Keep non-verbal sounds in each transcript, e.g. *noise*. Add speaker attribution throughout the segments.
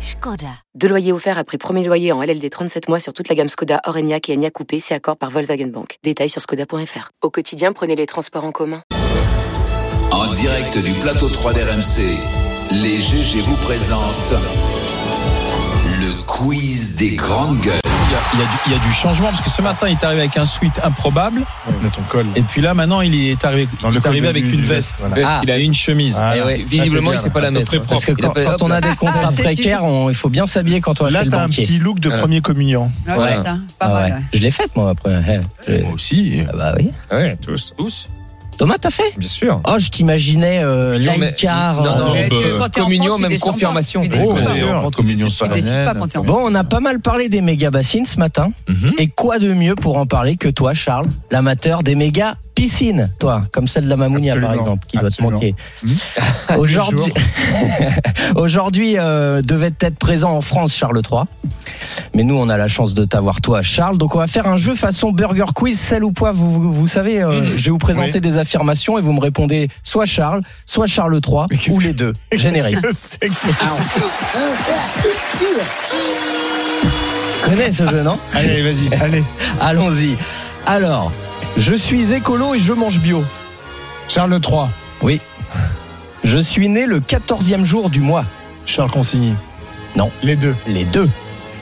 Speaker 1: Skoda.
Speaker 2: Deux loyers offerts après premier loyer en LLD 37 mois sur toute la gamme Skoda, Orenia et Enya Coupé, c'est accord par Volkswagen Bank. Détails sur skoda.fr. Au quotidien, prenez les transports en commun.
Speaker 3: En direct du plateau 3 d'RMC, les GG vous présentent le quiz des grandes gueules.
Speaker 4: Il y, a, il y a du, il y a du changement parce que ce matin il est arrivé avec un sweat improbable
Speaker 5: Nathan Cole.
Speaker 4: et puis là maintenant il est arrivé,
Speaker 5: Dans
Speaker 4: il
Speaker 5: le
Speaker 4: est arrivé
Speaker 5: col
Speaker 4: avec
Speaker 5: du-
Speaker 4: une
Speaker 5: du
Speaker 4: veste,
Speaker 5: voilà.
Speaker 4: Veste, il a une chemise.
Speaker 5: Ah,
Speaker 6: Et ouais,
Speaker 5: là,
Speaker 6: visiblement,
Speaker 5: t'es
Speaker 6: il
Speaker 5: bien,
Speaker 6: sait pas
Speaker 5: là.
Speaker 6: la
Speaker 4: Très
Speaker 6: mettre.
Speaker 4: propre.
Speaker 6: Parce que
Speaker 4: Il
Speaker 6: quand,
Speaker 4: appelle-
Speaker 6: quand on a des contrats précaires, on- il faut bien s'habiller quand on
Speaker 5: Là,
Speaker 6: appelle le
Speaker 5: t'as un
Speaker 6: banquier. Ah.
Speaker 5: petit look de
Speaker 6: Ouais.
Speaker 5: premier communiant.
Speaker 7: Ouais,
Speaker 6: Voilà.
Speaker 7: putain,
Speaker 6: Ah
Speaker 7: pas
Speaker 6: ouais.
Speaker 7: mal. ouais.
Speaker 6: Je l'ai faite moi après. Eh, je-
Speaker 5: Moi aussi.
Speaker 6: Ah bah oui.
Speaker 4: Ouais, tous, tous,
Speaker 6: Thomas, t'as fait
Speaker 4: bien sûr.
Speaker 6: Oh, je t'imaginais euh,
Speaker 4: Non, mais-
Speaker 6: laïcard.
Speaker 4: non, non,
Speaker 6: euh,
Speaker 4: mais-
Speaker 7: Et
Speaker 4: bah,
Speaker 7: quand t'es en
Speaker 6: communion,
Speaker 7: France, tu
Speaker 6: même
Speaker 7: descends pas,
Speaker 6: confirmation.
Speaker 7: tu
Speaker 6: Oh,
Speaker 8: bah,
Speaker 7: descends pas.
Speaker 5: d'ailleurs.
Speaker 4: communion
Speaker 7: Tu
Speaker 4: solennelle.
Speaker 7: décides pas quand t'es en France.
Speaker 6: Bon, on a pas mal parlé des méga bassines ce matin.
Speaker 4: Mhm.
Speaker 6: Et quoi de mieux pour en parler que toi, Charles, l'amateur des méga piscines, toi, comme celle de la Mamounia par
Speaker 5: Absolument,
Speaker 6: exemple, qui
Speaker 5: absolument. Mhm.
Speaker 6: doit te manquer. *laughs* Aujourd'hui, *laughs* aujourd'hui euh, devait être présent en France Charles III, mais nous on a la chance de t'avoir toi, Charles. Donc on va faire un jeu façon Burger Quiz, sel ou poivre. Vous, vous- vous savez, euh,
Speaker 5: Mhm.
Speaker 6: je vais vous présenter des affirmations et vous me répondez soit Charles, soit Charles
Speaker 5: Mais
Speaker 6: III
Speaker 5: qu'est-ce
Speaker 6: ou
Speaker 5: que-
Speaker 6: les deux. Générique.
Speaker 5: *laughs* Qu'est-ce que c'est que ça
Speaker 6: Vous connaissez ce jeu, non
Speaker 5: Allez, vas-y. Allez.
Speaker 6: Allons-y. Alors, je suis écolo et je mange bio.
Speaker 5: Charles III.
Speaker 6: Je suis né le 14e jour du mois.
Speaker 5: Charles Consigny.
Speaker 6: Non.
Speaker 5: Les deux.
Speaker 6: Les deux.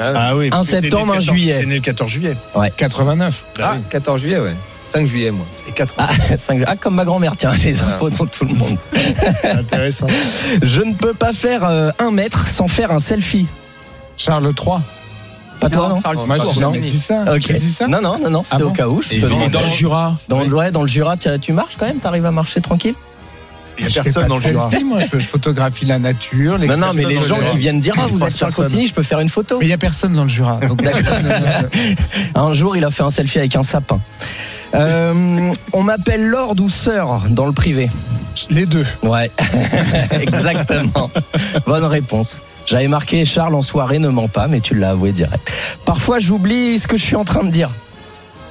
Speaker 5: Ah oui.
Speaker 6: Un
Speaker 5: parce que t'es né
Speaker 6: septembre, un
Speaker 5: le 14
Speaker 6: juillet.
Speaker 5: t'es né le 14 juillet.
Speaker 6: Ouais.
Speaker 5: 89.
Speaker 4: Ah, 14 juillet, ouais. 5 juillet, moi.
Speaker 5: Et 4
Speaker 6: Ah, cinq- ah, comme ma grand-mère, tiens, les infos dans tout le monde.
Speaker 5: Intéressant.
Speaker 6: Je ne peux pas faire euh, un mètre sans faire un selfie.
Speaker 5: Charles III.
Speaker 6: Pas toi, non
Speaker 4: Charles
Speaker 5: Moi,
Speaker 4: Court.
Speaker 5: j'ai jamais
Speaker 4: Non.
Speaker 5: dit ça.
Speaker 6: Ah, Ok.
Speaker 5: J'ai dit ça
Speaker 6: Non, non, non, non, c'était
Speaker 5: Ah
Speaker 6: au
Speaker 5: bon
Speaker 6: cas où. Je
Speaker 4: Et
Speaker 6: te
Speaker 4: lui,
Speaker 6: demande.
Speaker 4: dans le Jura.
Speaker 6: Dans le- ouais, dans le Jura, tu tu marches quand même T'arrives à marcher tranquille
Speaker 5: Il n'y a personne dans le Jura.
Speaker 9: Moi, je, je photographie la nature. Les
Speaker 6: Non, non, mais
Speaker 5: personnes
Speaker 6: les
Speaker 5: dans le
Speaker 6: gens
Speaker 5: Jura.
Speaker 6: qui viennent dire Ah,
Speaker 5: Je
Speaker 6: vous
Speaker 5: pense
Speaker 6: êtes Charles
Speaker 5: personne.
Speaker 6: Cotigny, je peux faire une photo.
Speaker 9: Mais il n'y a personne dans le Jura. Donc, personne,
Speaker 6: *laughs*
Speaker 9: euh,
Speaker 6: Un jour, il a fait un selfie avec un sapin. Euh, on m'appelle Lord ou Sœur dans le privé.
Speaker 5: Les deux.
Speaker 6: Ouais, *laughs* exactement. Bonne réponse. J'avais marqué Charles en soirée ne ment pas, mais tu l'as avoué direct. Parfois, j'oublie ce que je suis en train de dire.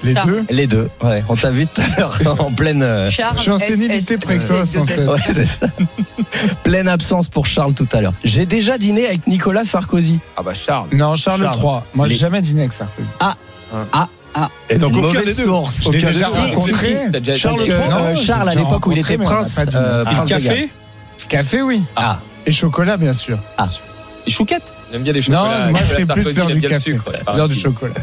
Speaker 5: Les
Speaker 7: Ça.
Speaker 5: deux.
Speaker 6: Les deux. Ouais, on t'a vu tout à l'heure *laughs* en pleine. euh,
Speaker 7: Charles,
Speaker 9: je suis en
Speaker 7: S,
Speaker 9: sénilité
Speaker 7: S,
Speaker 9: précoce,
Speaker 7: S,
Speaker 9: en
Speaker 7: S,
Speaker 9: fait.
Speaker 6: Ouais, c'est ça. *laughs* Pleine absence pour Charles tout à l'heure. J'ai déjà dîné avec Nicolas Sarkozy.
Speaker 4: Ah bah Charles.
Speaker 9: Non, Charles,
Speaker 5: Charles.
Speaker 9: III. Moi, j'ai
Speaker 6: Les-
Speaker 9: jamais dîné avec Sarkozy.
Speaker 5: Et donc,
Speaker 6: Une
Speaker 5: aucun des
Speaker 6: mauvaise
Speaker 5: deux.
Speaker 6: source.
Speaker 5: Je l'ai
Speaker 9: Aucun
Speaker 5: déjà
Speaker 9: des deux.
Speaker 5: rencontré.
Speaker 9: Si, si.
Speaker 4: T'as déjà
Speaker 6: Parce que,
Speaker 5: III,
Speaker 6: euh,
Speaker 9: non, j'ai
Speaker 6: Charles, à
Speaker 9: déjà
Speaker 6: l'époque où il
Speaker 9: rencontré,
Speaker 6: était
Speaker 9: mais on n'a
Speaker 6: prince,
Speaker 9: pas dîné.
Speaker 6: euh,
Speaker 9: Ah,
Speaker 6: prince de Galles.
Speaker 4: Café
Speaker 9: Café, oui.
Speaker 6: Ah.
Speaker 9: Et chocolat, bien sûr.
Speaker 4: et chouquette. J'aime bien les
Speaker 9: Non,
Speaker 4: chocolats.
Speaker 9: moi,
Speaker 4: Nicolas
Speaker 9: c'était plus
Speaker 4: Sarkozy,
Speaker 9: faire
Speaker 4: il aime
Speaker 9: du
Speaker 4: bien le
Speaker 9: café.
Speaker 4: sucre, ouais,
Speaker 6: Ah.
Speaker 4: par
Speaker 9: L'heure du
Speaker 4: exemple.
Speaker 9: chocolat.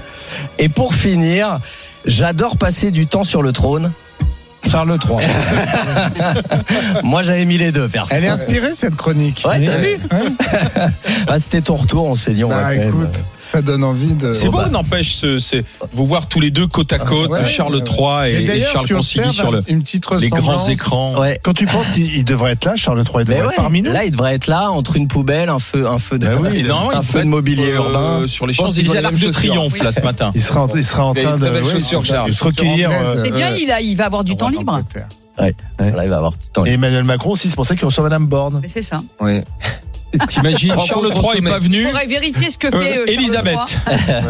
Speaker 6: Et pour finir, j'adore passer du temps sur le trône.
Speaker 9: Charles III.
Speaker 6: *laughs* Moi, j'avais mis les deux, perso.
Speaker 9: Elle est inspirée, cette chronique.
Speaker 6: Ouais, t'as
Speaker 9: Ouais.
Speaker 6: Ah, C'était ton retour, on s'est dit, on va
Speaker 9: Bah,
Speaker 6: faire,
Speaker 9: écoute, ça donne envie de.
Speaker 6: Bon,
Speaker 8: C'est
Speaker 6: bah.
Speaker 8: beau, n'empêche, ce- c'est vous voir tous les deux côte à côte,
Speaker 9: ouais,
Speaker 8: Charles
Speaker 9: ouais.
Speaker 8: III et, et
Speaker 9: d'ailleurs,
Speaker 8: Charles
Speaker 9: tu
Speaker 8: Consigny
Speaker 9: observes
Speaker 8: sur le-
Speaker 9: une petite
Speaker 8: les grands
Speaker 9: ressemblance.
Speaker 8: écrans.
Speaker 6: euh, Ouais.
Speaker 5: Quand tu penses qu'il il devrait être là, Charles III, il
Speaker 6: Mais
Speaker 5: devrait être
Speaker 6: ouais,
Speaker 5: parmi nous.
Speaker 6: là, il devrait être là entre une poubelle, un feu, *laughs* un feu de,
Speaker 5: Bah oui,
Speaker 8: Et normalement,
Speaker 6: Ben un
Speaker 8: il
Speaker 6: feu
Speaker 8: faut
Speaker 6: de mobilier
Speaker 8: être, euh,
Speaker 6: urbain.
Speaker 8: sur les
Speaker 9: Je pense
Speaker 8: champs
Speaker 9: qu'ils ont
Speaker 8: élysées
Speaker 9: les
Speaker 8: à l'Arc
Speaker 9: mêmes
Speaker 8: de
Speaker 9: chaussures.
Speaker 8: Triomphe là ce matin.
Speaker 5: Il sera en, il sera en
Speaker 4: Il a
Speaker 5: train
Speaker 4: une
Speaker 5: de,
Speaker 4: très belle
Speaker 5: ouais,
Speaker 4: chaussure,
Speaker 5: de
Speaker 4: Charles.
Speaker 5: se recueillir.
Speaker 9: Anglaise.
Speaker 5: euh,
Speaker 7: C'est bien,
Speaker 4: Euh,
Speaker 7: il, a- il va avoir du temps libre.
Speaker 9: Angleterre.
Speaker 6: Là, il va avoir du temps.
Speaker 5: Et Emmanuel Macron aussi, c'est pour ça qu'il reçoit Madame Borne.
Speaker 7: Mais C'est ça.
Speaker 4: Ouais.
Speaker 8: T'imagines,
Speaker 4: Rencontre
Speaker 8: Charles
Speaker 4: au
Speaker 8: III est
Speaker 4: sommet.
Speaker 8: pas venu.
Speaker 7: On va vérifier ce que fait euh, Charles
Speaker 8: Elisabeth.
Speaker 7: III.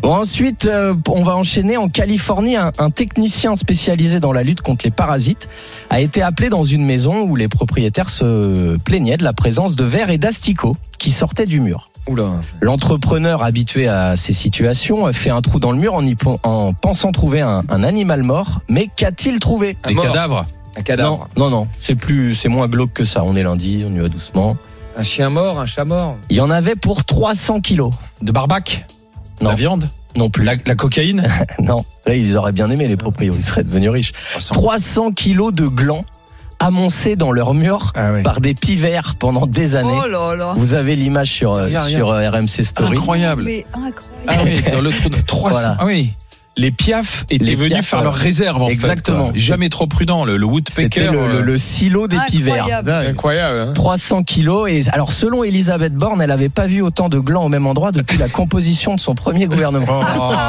Speaker 6: Bon, ensuite, euh, on va enchaîner en Californie. Un, un technicien spécialisé dans la lutte contre les parasites a été appelé dans une maison où les propriétaires se plaignaient de la présence de vers et d'asticots qui sortaient du mur.
Speaker 4: Oula.
Speaker 6: L'entrepreneur habitué à ces situations a fait un trou dans le mur en, y pen- en pensant trouver un, un animal mort. Mais qu'a-t-il trouvé
Speaker 4: Un
Speaker 8: Des
Speaker 4: mort,
Speaker 8: cadavres.
Speaker 4: Un cadavre.
Speaker 6: Non, non, non. C'est plus, c'est moins glauque que ça. On est lundi, on y va doucement.
Speaker 4: Un chien mort, un chat mort.
Speaker 6: Il y en avait pour 300 kilos.
Speaker 8: De barbac.
Speaker 6: Non.
Speaker 8: La viande.
Speaker 6: Non plus.
Speaker 8: La, la cocaïne.
Speaker 6: *laughs* Non, là ils auraient bien aimé les proprios, ils seraient devenus riches.
Speaker 8: Oh,
Speaker 6: 300 kilos de glands amoncés dans leur mur
Speaker 5: Ah oui.
Speaker 6: par des pivers pendant des années.
Speaker 7: Oh là là.
Speaker 6: Vous avez l'image sur, euh,
Speaker 8: Regarde,
Speaker 6: sur euh, RMC Story.
Speaker 8: Incroyable.
Speaker 7: Mais incroyable.
Speaker 6: *laughs*
Speaker 8: Ah oui, dans Ah le trou de 300.
Speaker 6: Voilà.
Speaker 8: Ah oui. les piafs étaient
Speaker 6: Les
Speaker 8: venus
Speaker 6: piafs,
Speaker 8: faire
Speaker 6: ouais.
Speaker 8: leurs réserves. en fait,
Speaker 6: Exactement.
Speaker 8: quoi. Jamais trop prudent. Le, le
Speaker 6: C'était
Speaker 8: woodpecker.
Speaker 6: le, le-
Speaker 8: euh,
Speaker 6: le silo des pivers.
Speaker 7: Incroyable.
Speaker 5: Dingue.
Speaker 1: Incroyable. hein.
Speaker 6: 300 kilos. Et alors, selon Elisabeth Borne, elle n'avait pas vu autant de glands au même endroit depuis la composition de son
Speaker 8: *laughs*
Speaker 6: premier gouvernement.
Speaker 5: Oh. *laughs*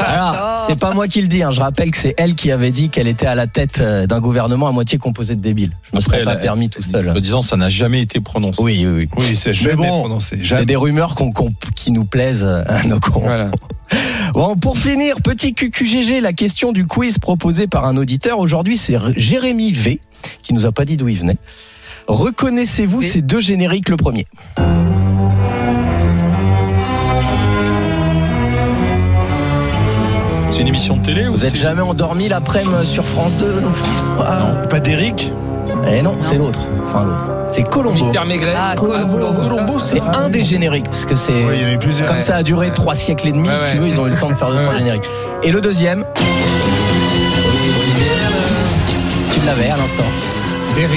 Speaker 5: Ah,
Speaker 6: Alors, c'est pas moi qui le dis. hein. Je rappelle que c'est elle qui avait dit qu'elle était à la tête euh, d'un gouvernement à moitié composé de débiles. Je me serais
Speaker 8: Après,
Speaker 6: pas
Speaker 8: elle a-
Speaker 6: permis tout seul.
Speaker 8: En disant, ça n'a jamais été prononcé.
Speaker 6: Oui, oui, oui.
Speaker 5: Oui, c'est
Speaker 6: Mais
Speaker 5: jamais
Speaker 6: bon,
Speaker 5: prononcé.
Speaker 6: C'est
Speaker 5: Jamais.
Speaker 6: des rumeurs qu'on- qu'on- qui nous plaisent euh, *laughs* à nos cons.
Speaker 1: Voilà.
Speaker 5: Oh.
Speaker 6: Bon, pour finir, petit QQGG, la question du quiz proposée par un auditeur aujourd'hui, c'est R- Jérémy V, qui nous a pas dit d'où il venait. Reconnaissez-vous
Speaker 7: V.
Speaker 6: ces deux génériques, le premier
Speaker 8: C'est une émission de télé ou
Speaker 6: Vous êtes
Speaker 8: c'est-
Speaker 6: jamais endormi l'après-midi sur France 2 ou France 3
Speaker 5: Pas d'Eric
Speaker 6: Eh non, c'est l'autre. Enfin, l'autre. C'est Colombo.
Speaker 1: Mystère Maigret.
Speaker 7: Ah, Colombo.
Speaker 1: Colombo,
Speaker 6: C'est un des génériques, parce que c'est.
Speaker 5: Oui, il y en a eu plusieurs.
Speaker 6: Comme ça a duré trois siècles et demi,
Speaker 1: Ouais,
Speaker 6: si
Speaker 1: ouais.
Speaker 6: tu veux, ils ont eu le temps de faire deux,
Speaker 1: Ouais,
Speaker 6: trois
Speaker 1: ouais.
Speaker 6: génériques. Et le deuxième. Tu l'avais à l'instant.
Speaker 9: Eric.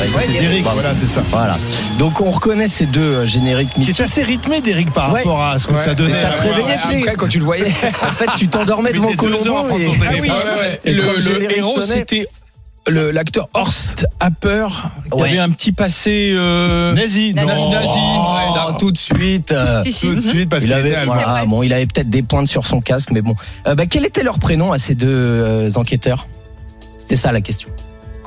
Speaker 6: Ouais, ça,
Speaker 5: Ouais,
Speaker 6: c'est
Speaker 5: d'Eric,
Speaker 6: Bravo.
Speaker 5: voilà, c'est ça.
Speaker 6: Voilà. Donc on reconnaît ces deux euh, génériques
Speaker 5: Qui
Speaker 6: mythiques.
Speaker 5: est assez rythmé d'Eric par
Speaker 6: Ouais.
Speaker 5: rapport à ce que
Speaker 1: Ouais.
Speaker 5: ça donnait.
Speaker 6: Mais ça te
Speaker 5: Ouais,
Speaker 6: réveillait,
Speaker 5: ouais.
Speaker 6: tu sais.
Speaker 1: Après, quand tu le voyais.
Speaker 6: En fait, tu t'endormais
Speaker 5: *laughs* Il
Speaker 6: devant
Speaker 5: mettait deux heures à
Speaker 6: Colombo
Speaker 5: prendre
Speaker 6: et...
Speaker 5: son téléphone.
Speaker 1: Ah ouais, ouais.
Speaker 8: Et
Speaker 6: Et
Speaker 8: le,
Speaker 6: quand le
Speaker 8: le
Speaker 6: générique
Speaker 8: héros,
Speaker 6: sonnait-
Speaker 8: c'était le- l'acteur Horst Happer. Il
Speaker 6: Ouais.
Speaker 8: avait un petit passé. euh,
Speaker 5: Nazi,
Speaker 7: Nazi.
Speaker 5: non.
Speaker 8: Nazi.
Speaker 6: Oh,
Speaker 8: d'accord.
Speaker 6: tout de suite. euh,
Speaker 7: Si, si.
Speaker 5: Tout de suite, parce
Speaker 6: il
Speaker 5: qu'il
Speaker 6: avait,
Speaker 5: était
Speaker 6: voilà,
Speaker 7: C'est vrai.
Speaker 6: bon, il avait peut-être des pointes sur son casque, mais bon. Euh, bah, quel était leur prénom à ces deux euh, enquêteurs C'était ça la question.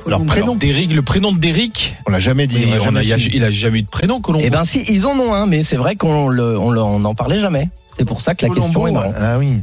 Speaker 5: Leur prénom,
Speaker 8: Derrick, le prénom de Derrick.
Speaker 5: on l'a jamais dit. on l'a
Speaker 8: on a-
Speaker 5: jamais
Speaker 8: il, a,
Speaker 5: su.
Speaker 8: il a jamais eu de prénom, Colombo.
Speaker 6: Eh ben
Speaker 7: hein.
Speaker 6: si, ils en ont un, mais c'est vrai qu'on le- on le- on n'en parlait jamais. C'est pour ça que la question est marrante.
Speaker 5: Ah oui.